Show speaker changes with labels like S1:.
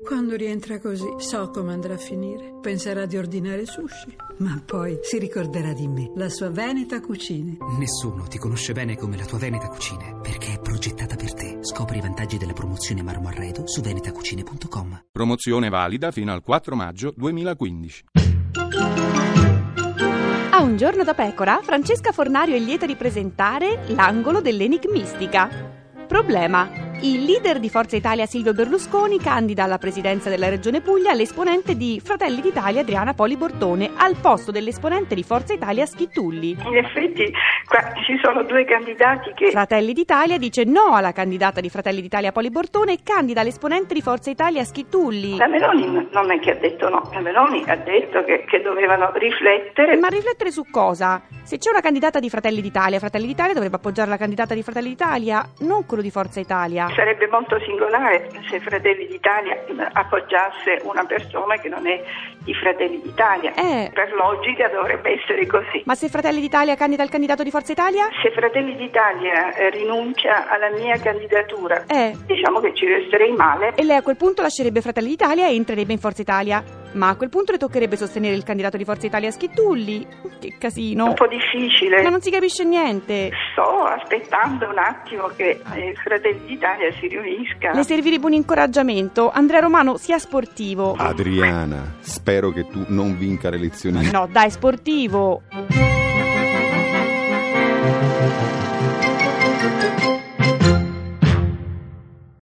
S1: Quando rientra così, so come andrà a finire. Penserà di ordinare sushi, ma poi si ricorderà di me, la sua Veneta Cucine.
S2: Nessuno ti conosce bene come la tua Veneta Cucine, perché è progettata per te. Scopri i vantaggi della promozione Marmo Arredo su venetacucine.com.
S3: Promozione valida fino al 4 maggio 2015.
S4: A un giorno da pecora, Francesca Fornario è lieta di presentare l'angolo dell'enigmistica. Problema. Il leader di Forza Italia Silvio Berlusconi candida alla presidenza della Regione Puglia l'esponente di Fratelli d'Italia Adriana Poli Bortone al posto dell'esponente di Forza Italia Schitulli.
S5: In effetti qua ci sono due candidati che
S4: Fratelli d'Italia dice no alla candidata di Fratelli d'Italia Poli Bortone e candida l'esponente di Forza Italia Schitulli.
S5: la Meloni non è che ha detto no, la Meloni ha detto che, che dovevano riflettere.
S4: Ma riflettere su cosa? Se c'è una candidata di Fratelli d'Italia, Fratelli d'Italia dovrebbe appoggiare la candidata di Fratelli d'Italia, non quello di Forza Italia.
S5: Sarebbe molto singolare se Fratelli d'Italia mh, appoggiasse una persona che non è di Fratelli d'Italia.
S4: Eh.
S5: Per logica dovrebbe essere così.
S4: Ma se Fratelli d'Italia candida il candidato di Forza Italia?
S5: Se Fratelli d'Italia eh, rinuncia alla mia candidatura,
S4: Eh.
S5: diciamo che ci resterei male.
S1: Eh,
S4: E lei a quel punto lascerebbe Fratelli d'Italia e entrerebbe in Forza Italia. Ma a quel punto le toccherebbe sostenere il candidato di Forza Italia Schitulli. Che
S5: È
S4: casino.
S5: un po' difficile.
S4: Ma non si capisce niente.
S5: Sto aspettando un attimo che eh, Fratelli d'Italia si riunisca.
S4: Le servirebbe un incoraggiamento. Andrea Romano sia sportivo.
S6: Adriana, spero che tu non vinca le elezioni.
S4: No, dai, sportivo.